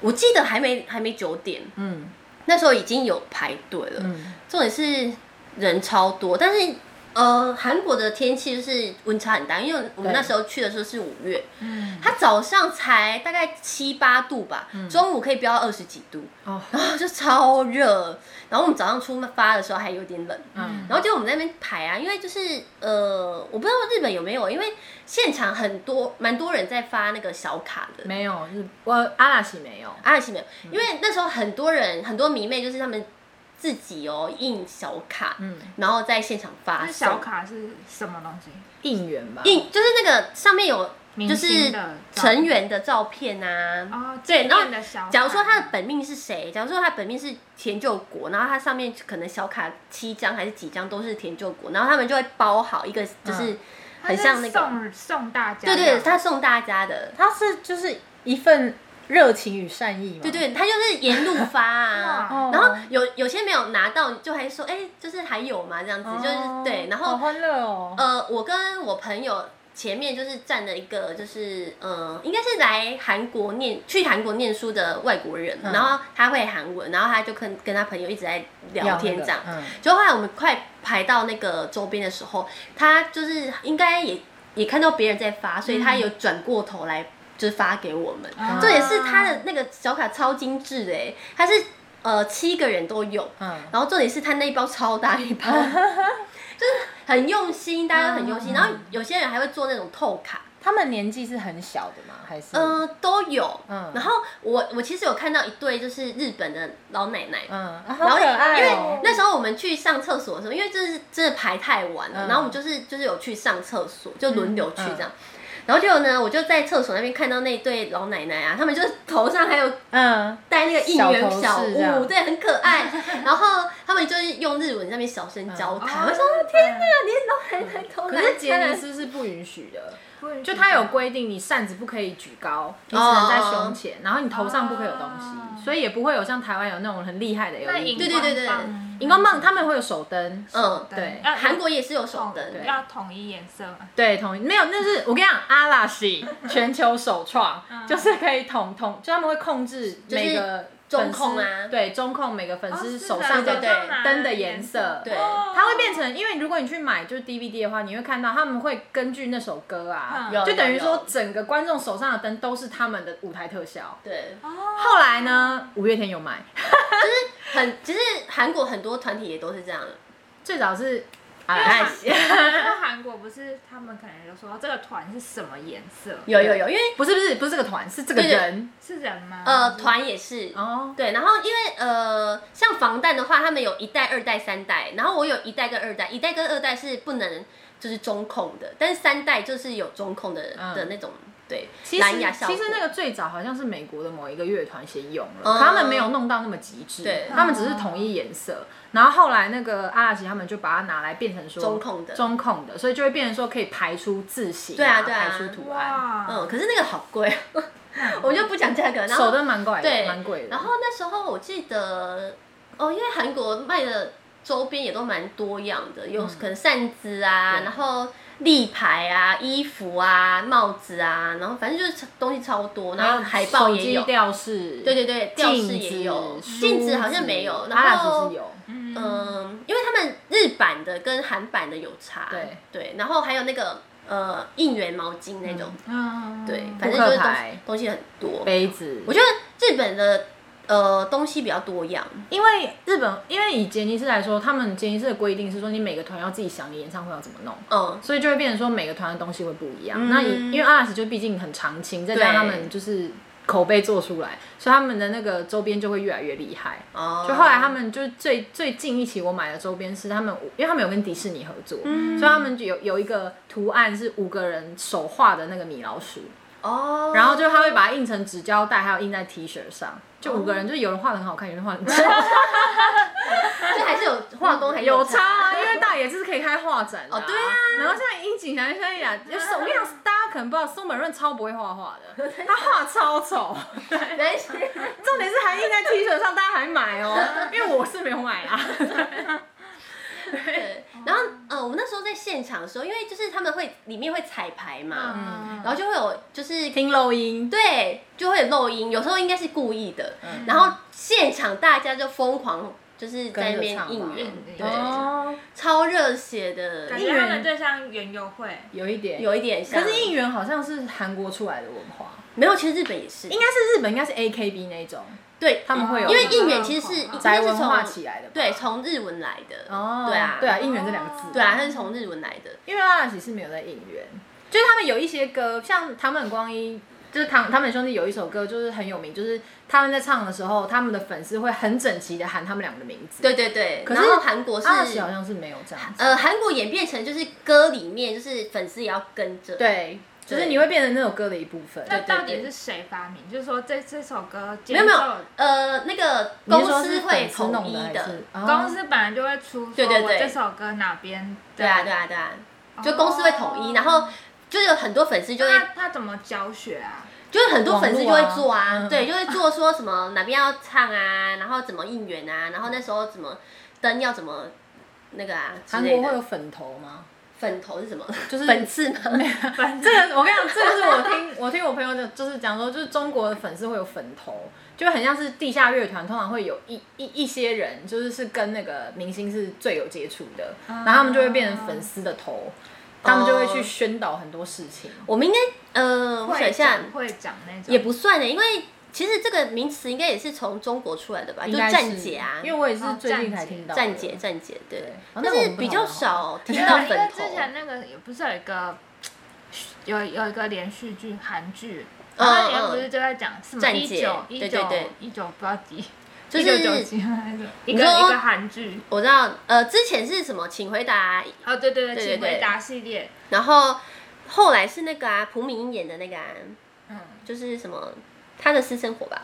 我记得还没还没九点，嗯那时候已经有排队了，嗯，重点是人超多，但是。呃，韩国的天气就是温差很大，因为我们对那时候去的时候是五月，嗯，它早上才大概七八度吧，嗯中午可以飙到二十几度， <laughs> 哦，然后就超热，然后我们早上出发的时候还有点冷，嗯然后就我们在那边排啊，因为就是呃，我不知道日本有没有，因为现场很多蛮多人在发那个小卡的，没嗯有，日我阿拉西没有，阿尔西没有，因为那时候很多人很多迷妹就是他们自己哦印小卡，嗯，然后在现场发那送小卡哦是什么东西？应援吧，印，就是那个上面有就明是星的照片成员的照片啊，哦，对纪然后念的小卡。假如说他的本命是谁？假如说他本命是田就国，然后他上面可能小卡七张还是几张都是田就国，然后他们就会包好一个，嗯就是它很是像那个，送送大家对的，对，他送大家的，他是就是一份热情与善意嘛，对，对，他就是沿路发啊。哇哦然后有有些没有拿到，就还说，哎、就是还有吗？这样子，哦就是对。然哦好后欢乐哦，呃，我跟我朋友前面就是站了一个，就是呃，应该是来韩国念去韩国念书的外国人，嗯然后他会韩文，然后他就跟跟他朋友一直在聊天这样。要那个，嗯就后来我们快排到那个周边的时候，他就是应该也也看到别人在发，所以嗯他有转过头来就是发给我们。啊重点是他的那个小卡超精致的、欸，他是呃七个人都有，嗯，然后重点是他那一包超大一 <laughs> 包，就是很用心，大家都很用嗯心。然后有些人还会做那种透卡，他们年纪是很小的吗？还是嗯、都有。嗯然后我我其实有看到一对就是日本的老奶奶，嗯，啊然好后可因爱为哦，那时候我们去上厕所的时候，因为就是真的排太晚了，嗯然后我们就是就是有去上厕所，就轮流去这样。嗯然后就呢，我就在厕所那边看到那对老奶奶啊，他们就是头上还有嗯，戴那个应援小小头饰这物，样对，很可爱。 <laughs> 然后他们就是用日文在那边小声交谈，哦我想说天哪，你老奶奶头嗯可来是看杰尼来斯是不允许的。哦对就它有规定，你扇子不可以举高，你只能在胸前，然后你头上不可以有东哦西，所以也不会有像台湾有那种很厉害的 LED。那荧对对对对光棒啊荧光棒他们会有手灯，嗯，对哦要韩国也是有手统灯，要统一颜色嘛，对，统一没有，那是我跟你讲，阿 <laughs> 拉西全球首创，嗯就是可以统统，就他们会控制就是每个中粉丝控啊对中控每个粉丝哦是手的上对的对对灯的颜色，对哦它会变成，因为如果你去买就是 DVD 的话，你会看到他们会根据那首歌啊嗯，有就等于有说有整个观众手上的灯都是他们的舞台特效。对，哦，后来呢，五月天有买，很其实韩国很多团体也都是这样，最早是啊因阿为拉韩西，那韩国不是他们可能就说这个团是什么颜色，有有有，因为不是不是不是这个团，是这个对对人是人吗？嗯呃团也是。哦，对，然后因为呃，像防弹的话，他们有一代、二代、三代，然后我有一代跟二代，一代跟二代是不能就是中控的，但是三代就是有中控的、嗯的那种对其实蓝牙效果。其实那个最早好像是美国的某一个乐团先用了，嗯可他们没有弄到那么极致，对他们只是统一颜色。然后后来那个阿拉奇他们就把它拿来变成说中控的中控的，所以就会变成说可以排出字形、对啊对啊排出图案，哇，嗯，可是那个好贵， <laughs> 我就不讲价格。然手后灯蛮贵的，对蛮贵的。然后那时候我记得哦，因为韩国卖的周边也都蛮多样的，有可能扇子啊，嗯对然后立牌啊、衣服啊、帽子啊，然后反正就是东西超多，然后海报手也机有。吊饰，对对对，吊饰也有，镜子镜子好像没有，梳子阿然拉奇后是有，嗯嗯，因为他们日版的跟韩版的有差，对然后还有那个呃应援毛巾那种，嗯，对，扑反正克就是东牌东西很多。杯子我。觉得日本的呃东西比较多样，因为日本，因为以杰尼斯来说，他们杰尼斯的规定是说，你每个团要自己想你演唱会要怎么弄。嗯，所以就会变成说每个团的东西会不一样。嗯那以因为阿拉斯就毕竟很长青，再加上他们就是口碑做出来，所以他们的那个周边就会越来越厉害。哦，就后来他们就是最最近一期我买的周边是他们五，因为他们有跟迪士尼合作，嗯所以他们就有有一个图案是五个人手画的那个米老鼠，哦，然后就他会把它印成纸胶带，还有印在 T 恤上。就五个人，就是有人画的很好看，有人画的很丑，这还是有画工还是嗯有差差，啊，因为大野就是可以开画展的、哦对啊。然后像樱井翔一呀，就是我跟你讲，大家可能不知道，松本润超不会画画的， <laughs> 他画超丑，没事，重点是还印在 T 恤上，大家还买哦， <laughs> 因为我是没有买啊。对。哦然后呃，我们那时候在现场的时候，因为就是他们会里面会彩排嘛，嗯，然后就会有就是听漏音，对，就会有漏音，有时候应该是故意的。嗯然后现场大家就疯狂，就是在那边跟着唱应嘛援，嗯对，哦，超热血的，感觉他们就像园游会，有一点。有一点像。可是应援好像是韩国出来的文化，没有，其实日本也是应，该是日本应该是 A K B 那一种，对，他们会有因为应援其实是嗯应宅该文是化从起来的吧。对从日文来的，哦，对啊，对啊，应援这两个字，对啊，它是从日文来的。因为阿拉奇是没有在应援，就是他们有一些歌，像他们光一，就是唐他们兄弟有一首歌就是很有名，就是他们在唱的时候，他们的粉丝会很整齐的喊他们两个的名字。，对对对，可是啊然后韩国是阿拉奇好像是没有这样子。呃，韩国演变成就是歌里面就是粉丝也要跟着，对，就是对你会变成那首歌的一部分。那对到底是谁发明？就是说这这首歌没有没接有受，呃，那个你是公说司是会粉丝统弄一的还是，哦公司本来就会出，对对我对这首歌哪边对啊对啊对啊，就公司会统一，哦然后就是有很多粉丝就会那，他怎么教学啊？就是很多粉丝就会做哦网络啊啊，对，就会做说什么哪边要唱啊，然后怎么应援啊，然后那时候怎么灯要怎么那个啊之韩类国会的，有粉头吗？粉头是什么？ <laughs> 就是粉刺吗？ <laughs> 这个我跟你讲，这个是我听我听我朋友就就是讲说，就是中国的粉丝会有粉头，就很像是地下乐团，通常会有一一一些人，就是是跟那个明星是最有接触的，然后他们就会变成粉丝的头，他们就会去宣导很多事情。我们应该呃，我想一下会，讲会讲那种，也不算欸的，因为其实这个名词应该也是从中国出来的吧，就应该是站姐啊，因为我也是哦最近才站姐听到的站姐站姐，对对，哦那但我们是不比讨较论好少没听有到因为粉头之。前那个也不是有一个有有一个连续剧韩剧，嗯然后里面不是就在讲什么站一姐九一对九对对一九不知道几，就一九九是几那种一你个说一个韩剧，我知道，呃，之前是什么？请回答，哦对对对对请对回答系列，然后后来是那个啊，朴敏英演的那个啊，嗯。就是什么她的私生活吧，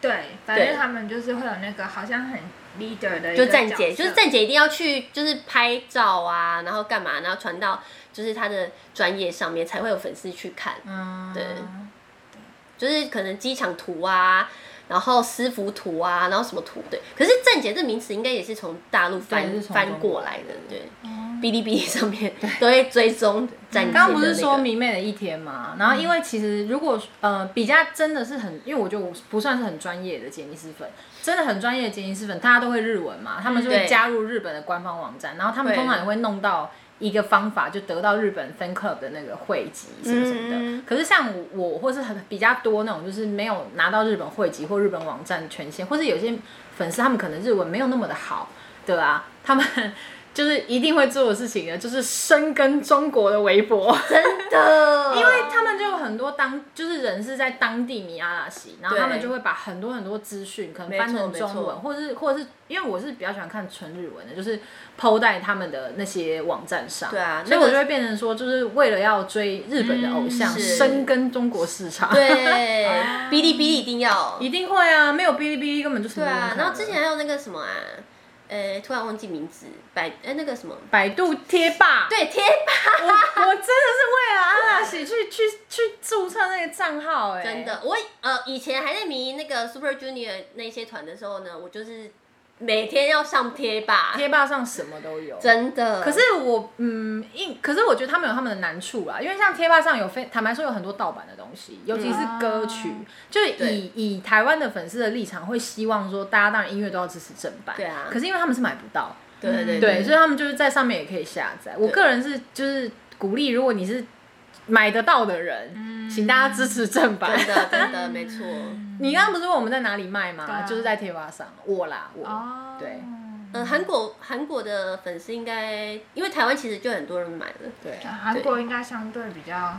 对，反对正他们就是会有那个好像很 leader 的一就个站角姐，色就是站姐一定要去，就是拍照啊，然后干嘛，然后传到就是她的专业上面，才会有粉丝去看。嗯，对就是可能机场图啊，然后师服图啊，然后什么图对。可是站姐这名词应该也是从大陆对翻是从翻中国哦过来的，对。哔哩哔哩上面都会追踪站姐的刚刚不是那说个嗯迷妹的一天嘛？然后因为其实如果呃比较真的是很，因为我觉得我不算是很专业的杰尼斯粉，真的很专业的杰尼斯粉，大家都会日文嘛，他们就会嗯对加入日本的官方网站，然后他们对通常也会弄到一个方法，就得到日本 fan club 的那个汇集什么什么的。嗯嗯可是像我或是很比较多那种，就是没有拿到日本汇集或日本网站权限，或是有些粉丝他们可能日文没有那么的好，对啊，他们 <laughs> 就是一定会做的事情呢，就是深耕中国的微博，真 <laughs> 的，因为他们就有很多当就是人是在当地米阿拉西，然后对他们就会把很多很多资讯可能没翻错成没中错文，或者是或者是因为我是比较喜欢看纯日文的，就是抛在他们的那些网站上，对啊所以那个我就会变成说，就是为了要追日本的偶像，嗯是深耕中国市场，， <laughs> 对哔哩哔哩一定要一定会啊，没有哔哩哔哩根本就什对么都不啊看。然后了之前还有那个什么啊，呃，突然忘记名字，百呃那个什么，百度贴吧，对啊贴吧，我我真的是为了阿拉西去去去注册那个账号、哎，真。的，我呃以前还在迷那个 Super Junior 那些团的时候呢，我就是每天要上贴吧，贴吧上什么都有，真的。可是我嗯，因可是我觉得他们有他们的难处啊啦，因为像贴吧上有非坦白说有很多盗版的东西，尤其是歌曲，啊就是对以以台湾的粉丝的立场，会希望说大家当然音乐都要支持正版，对啊可是因为他们是买不到，对对对，对，所以他们就是在上面也可以下载。我对个人是就是鼓励，如果你是买得到的人，嗯请大家支持正版。真的真的没错。你刚刚不是问我们在哪里卖吗？对啊就是在贴吧上，我啦我，哦，对呃，韩国韩国的粉丝应该，因为台湾其实就很多人买了，对啊对韩国应该相对比较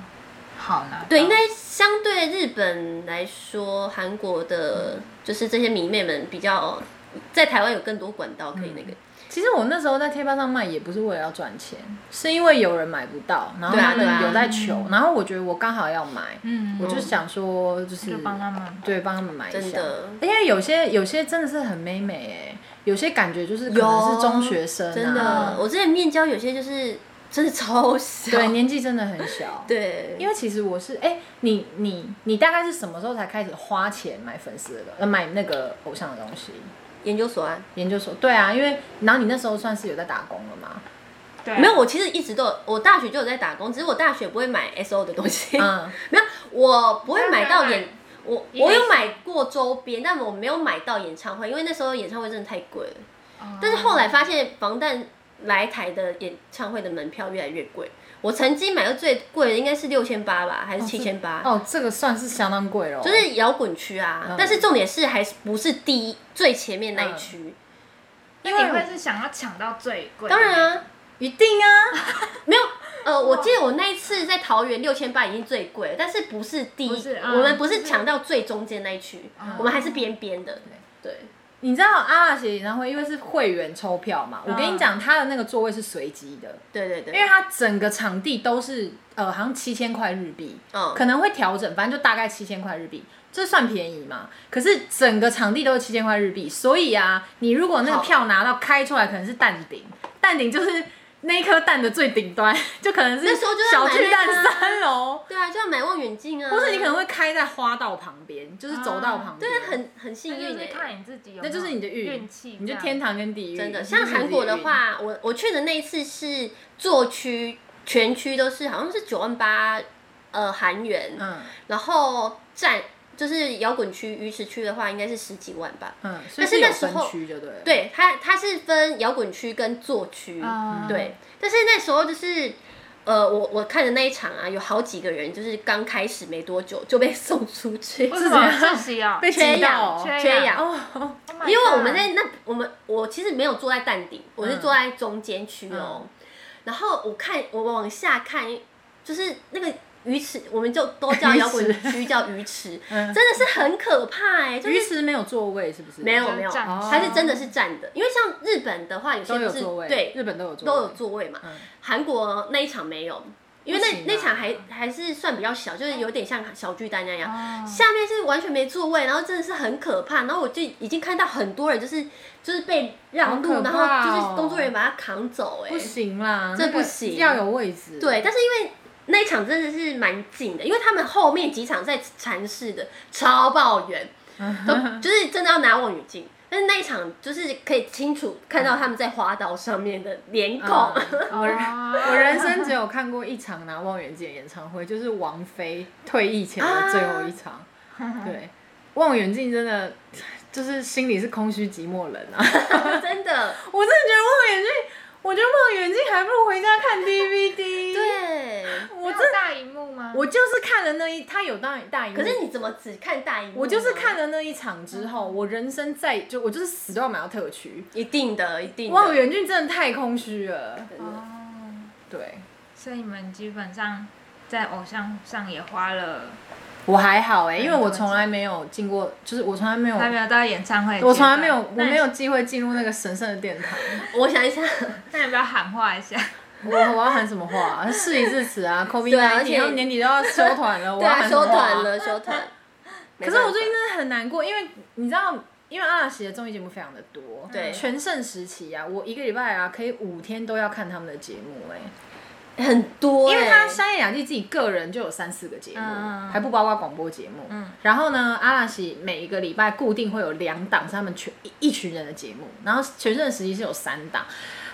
好拿到，对，应该相对日本来说，韩国嗯的就是这些迷妹们比较，在台湾有更多管道可以那个。其实我那时候在贴吧上卖也不是为了要赚钱，是因为有人买不到，然后他们对啊对啊有在求，然后我觉得我刚好要买，嗯，我就想说就是就帮他们对帮他们买一真下。的因为有些有些真的是很美美哎、有些感觉就是可有能是中学生、啊，真的，我之前面交有些就是真的超 <laughs> 小，对年纪真的很小。对，因为其实我是哎、你你你大概是什么时候才开始花钱买粉丝的呃买那个偶像的东西？研究所啊，研究所对啊，因为然后你那时候算是有在打工了 <laughs> 嘛？啊对没有，我其实一直都有，我大学就有在打工，只是我大学不会买 S O 的东西，嗯，没有，我不会买到那你有买，演我一我类有型买过周边，但我没有买到演唱会，因为那时候演唱会真的太贵了。哦，但是后来发现防弹来台的演唱会的门票越来越贵，我曾经买到最贵的应该是六千八吧，还是七千八？哦，这个算是相当贵了哦，就是摇滚区啊，嗯但是重点是还是不是第一最前面那一区？那因为你会是想要抢到最贵，当然，啊，一定啊，没有。呃，我记得我那一次在桃园六千八已经最贵了，但是不是第不一，是我们嗯不是就是抢到最中间那一区，嗯我们还是边边的。对，你知道阿拉写演唱会，因为是会员抽票嗯嘛，我跟你讲，他的那个座位是随机的，对对对因为他整个场地都是呃，好像七千块日币，嗯可能会调整，反正就大概七千块日币，这算便宜嘛？可是整个场地都是七千块日币，所以啊，你如果那个好票拿到开出来，可能是蛋顶，蛋顶就是那一颗蛋的最顶端，就可能是那时候就在小买巨蛋那个啊三楼。对啊，就要买望远镜啊，或是你可能会开在花道旁边，就是走道旁边。对啊，很很那幸就运是欸看你自己有没那有就是你的运运气，你这就样天堂跟地狱。真的，你就是像韩国的你话，我我去的那一次是坐区全区都是好像是九万八呃韩元，自己的运，嗯然后站就是摇滚区、鱼池区的话，应该是十几万吧。嗯，所但以是有那时分候区就对了。，对，它它是分摇滚区跟坐区，嗯对。但是那时候就是，呃，我我看的那一场啊，有好几个人就是刚开始没多久就被送出去，为什么窒息啊？被缺挤到氧，哦。缺缺氧氧。哦， Oh my 因为我们 god 在那，我们我其实没有坐在蛋顶，我嗯是坐在中间区哦。然后我看我往下看，就是那个鱼池，我们就都叫鱼池摇滚区叫鱼池，嗯真的是很可怕哎、就鱼是池没有座位是不是？没有就是没有，站着它是真的是站的，因为像日本的话，有些都有不是座位，对日本都有座位，都有座位嘛嗯，韩国那一场没有。因为不行啊那那场还还是算比较小，就是有点像小巨蛋那样，哦下面是完全没座位，然后真的是很可怕。然后我就已经看到很多人就是就是被让好路，可然怕哦后就是工作人员把他扛走、不哎，行啦，这那个不行要有位置。啊对。但是因为那 <laughs> 一场真的是蛮近的，因为他们后面几场在禅室的超爆远，都就是真的要拿望远镜。但是那一场就是可以清楚看到他们在滑倒上面的脸孔，我哦人我我人生只有看过一场拿望远镜的演唱会，就是王菲退役前啊的最后一场。 <laughs> 对，望远镜真的就是心里是空虚寂寞冷啊！ <laughs> 真的，我真的觉得望远镜，我觉得望远镜还不如回家看 DVD。，对。我我真这大荧幕吗？我就是看了那一，他有大大荧幕可是你怎么只看大荧幕呢？我就是看了那一场之后，我人生再就我就是死都要买到特区。一定的，一定的。望远镜真的太空虚了，真的哦，对。所以你们基本上在偶像上也花了，我还好哎、因为嗯我对从来没有进过，就是我从来没有，还没有到演唱会的阶段，我从来没有，我那你没有，机会进入那个神圣的殿堂。我想一想，那你不要喊话一下， <laughs> 我我要喊什么话？事已至此啊，COVID 对啊而 n 且 i 然后年底都要休团 <laughs> 了，我对要啊，喊什么休话啊团。了，休团。 <laughs> 可是我最近真的很难过，因为你知道，因为阿拉西的综艺节目非常的多，对全盛时期啊，我一个礼拜啊可以五天都要看他们的节目哎、真的很多欸，因为他山野雅纪自己个人就有三四个节目，嗯嗯嗯还不包括广播节目。嗯然后呢，阿拉西每一个礼拜固定会有两档是他们全一一群人的节目，然后全盛时期是有三档。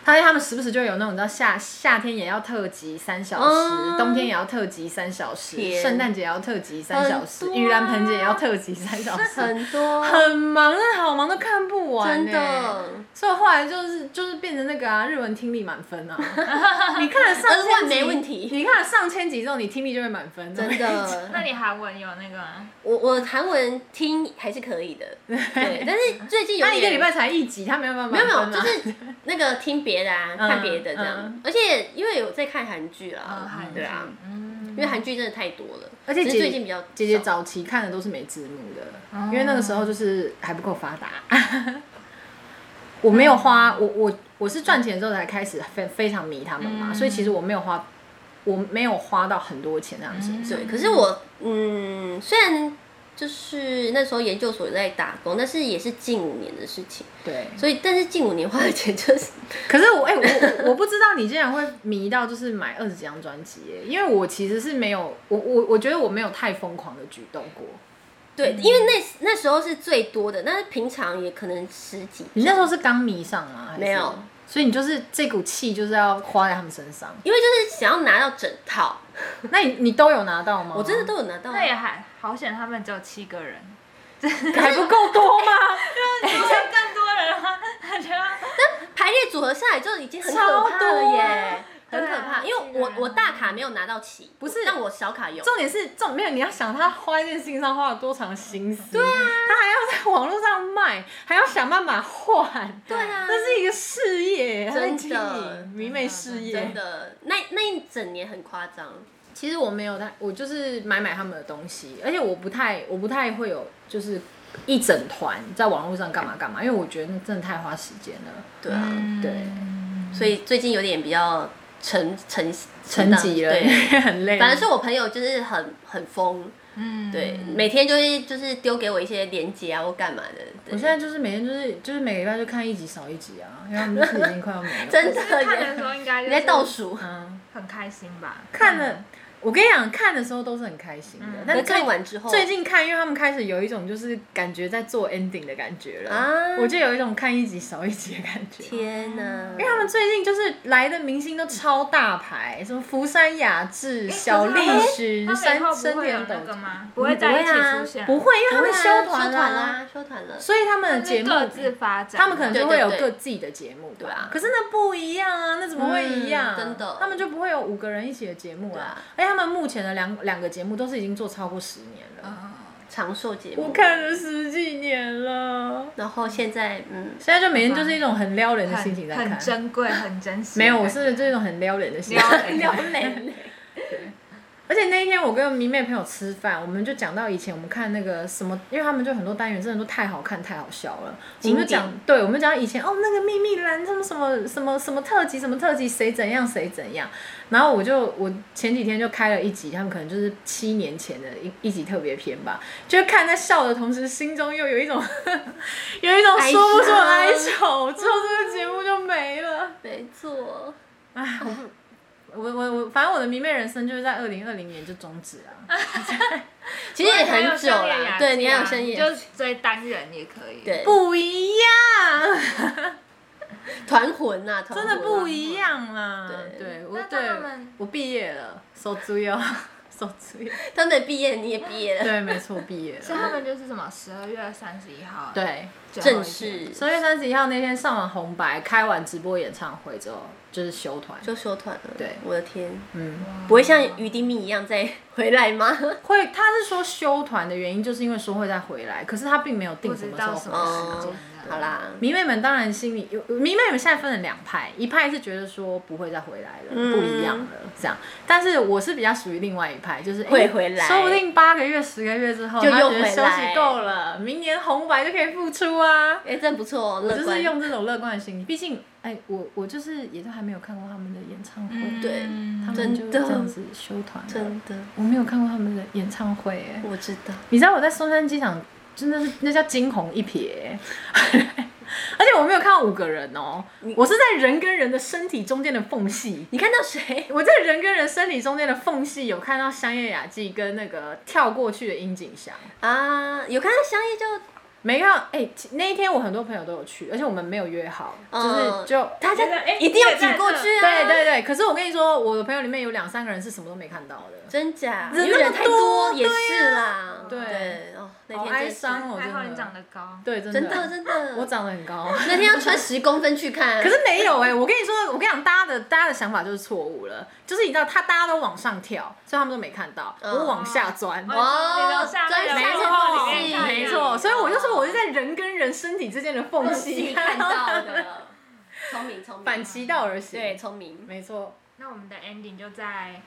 他他们时不时就有那种，你知道夏夏天也要特辑三小时，嗯冬天也要特辑三小时，天圣诞节也要特辑三小时很，多啊盂兰盆节也要特辑三小时， <laughs> 很多，很忙，真的好忙，都看不完、哦欸真的。所以我后来就是就是变成那个啊，日文听力满 <laughs> 分啊。你看了上日文千集没问题你看了上千集之后，你听力就会满分，啊真。的，那你韩文有那个吗？我我韩文听还是可以的， <laughs> 对，但是最近 <laughs> 有他点一个礼拜才一集，他没有办法没有没有，满分就啊是 <laughs> 那个听别的啊，嗯看别的这样嗯，而且因为有在看韩剧啦，呃韩对啊剧，嗯因为韩剧真的太多了，而且姐只是最近比较姐姐少早期看的都是没字幕的，哦因为那个时候就是还不够发达。 <laughs> 我没有花，嗯我我我是赚钱之后才开始非非常迷他们嘛，嗯所以其实我没有花，我没有花到很多钱在他们身上。对，可是我嗯，虽然就是那时候研究所有在打工，但是也是近五年的事情，对，所以但是近五年花的钱就是可是我哎、我 <laughs> 我我不知道你竟然会迷到就是买二十几张专辑耶，因为我其实是没有，我我我觉得我没有太疯狂的举动过。对，嗯因为那那时候是最多的，但是平常也可能十几，你那时候是刚迷上吗？还是没有，所以你就是这股气就是要花在他们身上。 <laughs> 因为就是想要拿到整套，那你你都有拿到吗？我真的都有拿到啊。那也还好险，他们只有七个人，还不够多吗？ <laughs> 如果 <laughs> 更多人 <laughs> 的话，那就要排列组合下来就已经很可怕了耶，超多啊很可怕。对啊因为我是啊我大卡没有拿到齐，不是但我小卡有。重点是重没有，你要想他花一件事情上花了多长心思，对啊，他还要在网络上卖，还要想办法换，对啊，这是一个事业，他在真的经营迷妹事业，真的，那那一整年很夸张。其实我没有太，我就是买买他们的东西，而且我不太，我不太会有就是一整团在网络上干嘛干嘛，因为我觉得那真的太花时间了，对啊，对，所以最近有点比较沉沉沉寂了，对， <laughs> 很累。反正是我朋友就是很很疯，嗯，对，每天就是就是丢给我一些链接啊或干嘛的。对我现在就是每天就是就是每个礼拜就看一集少一集啊，因为他们就是已经快要没了。真的就是看的时候应该你就在是倒数，嗯，很开心吧？看了，我跟你讲，看的时候都是很开心的，嗯但可是是看完之后，最近看，因为他们开始有一种就是感觉在做 ending 的感觉了，啊我就有一种看一集少一集的感觉。天哪因为，他们最近就是来的明星都超大牌，什么福山雅治、小栗哎他旬、们以山后不山会有田斗那个真，吗？不会在一起出现，啊不会，因为他们不休会啊团团啦，啦，休团了。所以他们的节是目各自发展，他们可能就会有对对各对自己的节目，对啊可是那不一样啊，那怎么会一样？嗯真的他们就不会有五个人一起的节目对啊啊。而且他们目前的两两个节目都是已经做超过十年了，嗯长寿节目，我看了十几年了。然后现在嗯，现在就每天就是一种很撩人的心情在很看很，珍贵，很珍惜。没有，我是这种很撩人的心情。撩人撩人，而且那一天我跟迷妹朋友吃饭，我们就讲到以前我们看那个什么，因为他们就很多单元真的都太好看、太好笑了。我经们典就讲，对，我们讲以前哦，那个秘密栏什么什么什么什么特辑，什么特辑，谁怎样谁怎样。然后我就我前几天就开了一集，他们可能就是七年前的一一集特别篇吧，就是看在笑的同时，心中又有一种 <laughs> 有一种说不出的哀愁，之后这个节目就没了。没错。哎，我我我我，反正我的迷妹人生就是在二零二零年就终止了。其实也还有很久深夜雅啦，集对，你还有啊深夜，就追单人也可以。，对，不一样，团魂呐，团真魂的啊不一样啦。对对，我那对他们我毕业了，手足哟， <laughs> 手 <laughs> 足哟。他们毕业，你也毕业了，对，没错，毕业所以了。他们就是啊什么十二月三十一号啊对，最后一天正式十二月三十一号那天上完红白，开完直播演唱会之后就是休团。就休团了。对我的天，嗯，不会像于丁密一样再回来 <laughs> 吗？会，他是说休团的原因就是因为说会再回来，可是他并没有定不什知么时道候什回么来。时间哦好的。啦，迷妹们当然心里有，迷妹们现在分了两派，一派是觉得说不会再回来了，嗯不一样了这样，但是我是比较属于另外一派，就是会诶回来说不定八个月、十个月之后，就她又觉得回休来息够了，明年红白就可以复出啊。哎，真不错哦，我乐就是观。用这种乐观的心理，毕竟哎、我我就是也都还没有看过他们的演唱会，对他嗯们就真这的样子休团了，真的，我没有看过他们的演唱会哎、我知道。你知道我在松山机场真的是那叫惊鸿一瞥欸、 <laughs> 而且我没有看到五个人哦、我是在人跟人的身体中间的缝隙。你看到谁？我在人跟人身体中间的缝隙有看到香叶雅纪跟那个跳过去的樱井翔，啊，有看到香叶就没看到。哎、其那一天我很多朋友都有去，而且我们没有约好，嗯就是就大觉得家哎一定要挤过去啊！对对对。可是我跟你说，我的朋友里面有两三个人是什么都没看到的，真假？人因那为么人太多也对啊是啦。对哦，那天好真的哀是伤哦，还好你真长的。得高，对，真的，真的真的。我长得很高。那天要穿十公分去看，可是没有哎、我跟你说，我跟你讲，大家的大家的想法就是错误了，就是你知道他大家都往上跳，所以他们都没看到，我往下钻。哦哦你留下那个钻没缝下错面里缝面隙看没呀错，所以我就说我是在人跟人身体之间的缝 <laughs> 隙哦看到的，聪明聪明，反其道而行。 <laughs> 对，聪明。没错，那我们的 ending 就在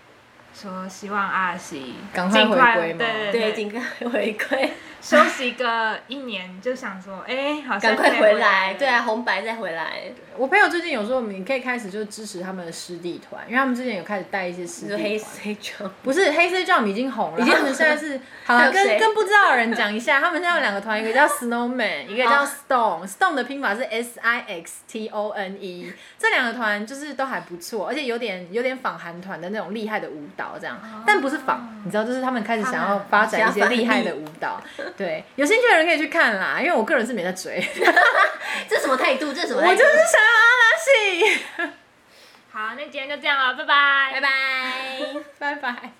说希望阿喜赶快尽回归嘛对对，对尽快回归，休息个一年，就想说，哎、好像赶快可以回来来，了对啊，，红白再回来，我朋友最近有说，我们可以开始就支持他们的师弟团，因为他们之前有开始带一些师你弟说团。黑谁装？不是黑色 jump 已经红了，已经他们现在是好还了，有谁跟跟不知道的人讲一下，他们现在有两个团，一个叫 Snowman，一个叫哦 Stone。Stone 的拼法是 S I X T O N E，这两个团就是都还不错，而且有点有点仿韩团的那种厉害的舞蹈这样，但不是仿，你知道，就是他们开始想他要们发展一些想要厉害的舞蹈。对， <laughs> 有兴趣的人可以去看啦，因为我个人是没在追，这什么态度？这什么我态就度？是想要阿拉西。 <laughs> 好，那今天就这样了，拜拜，拜拜拜。拜。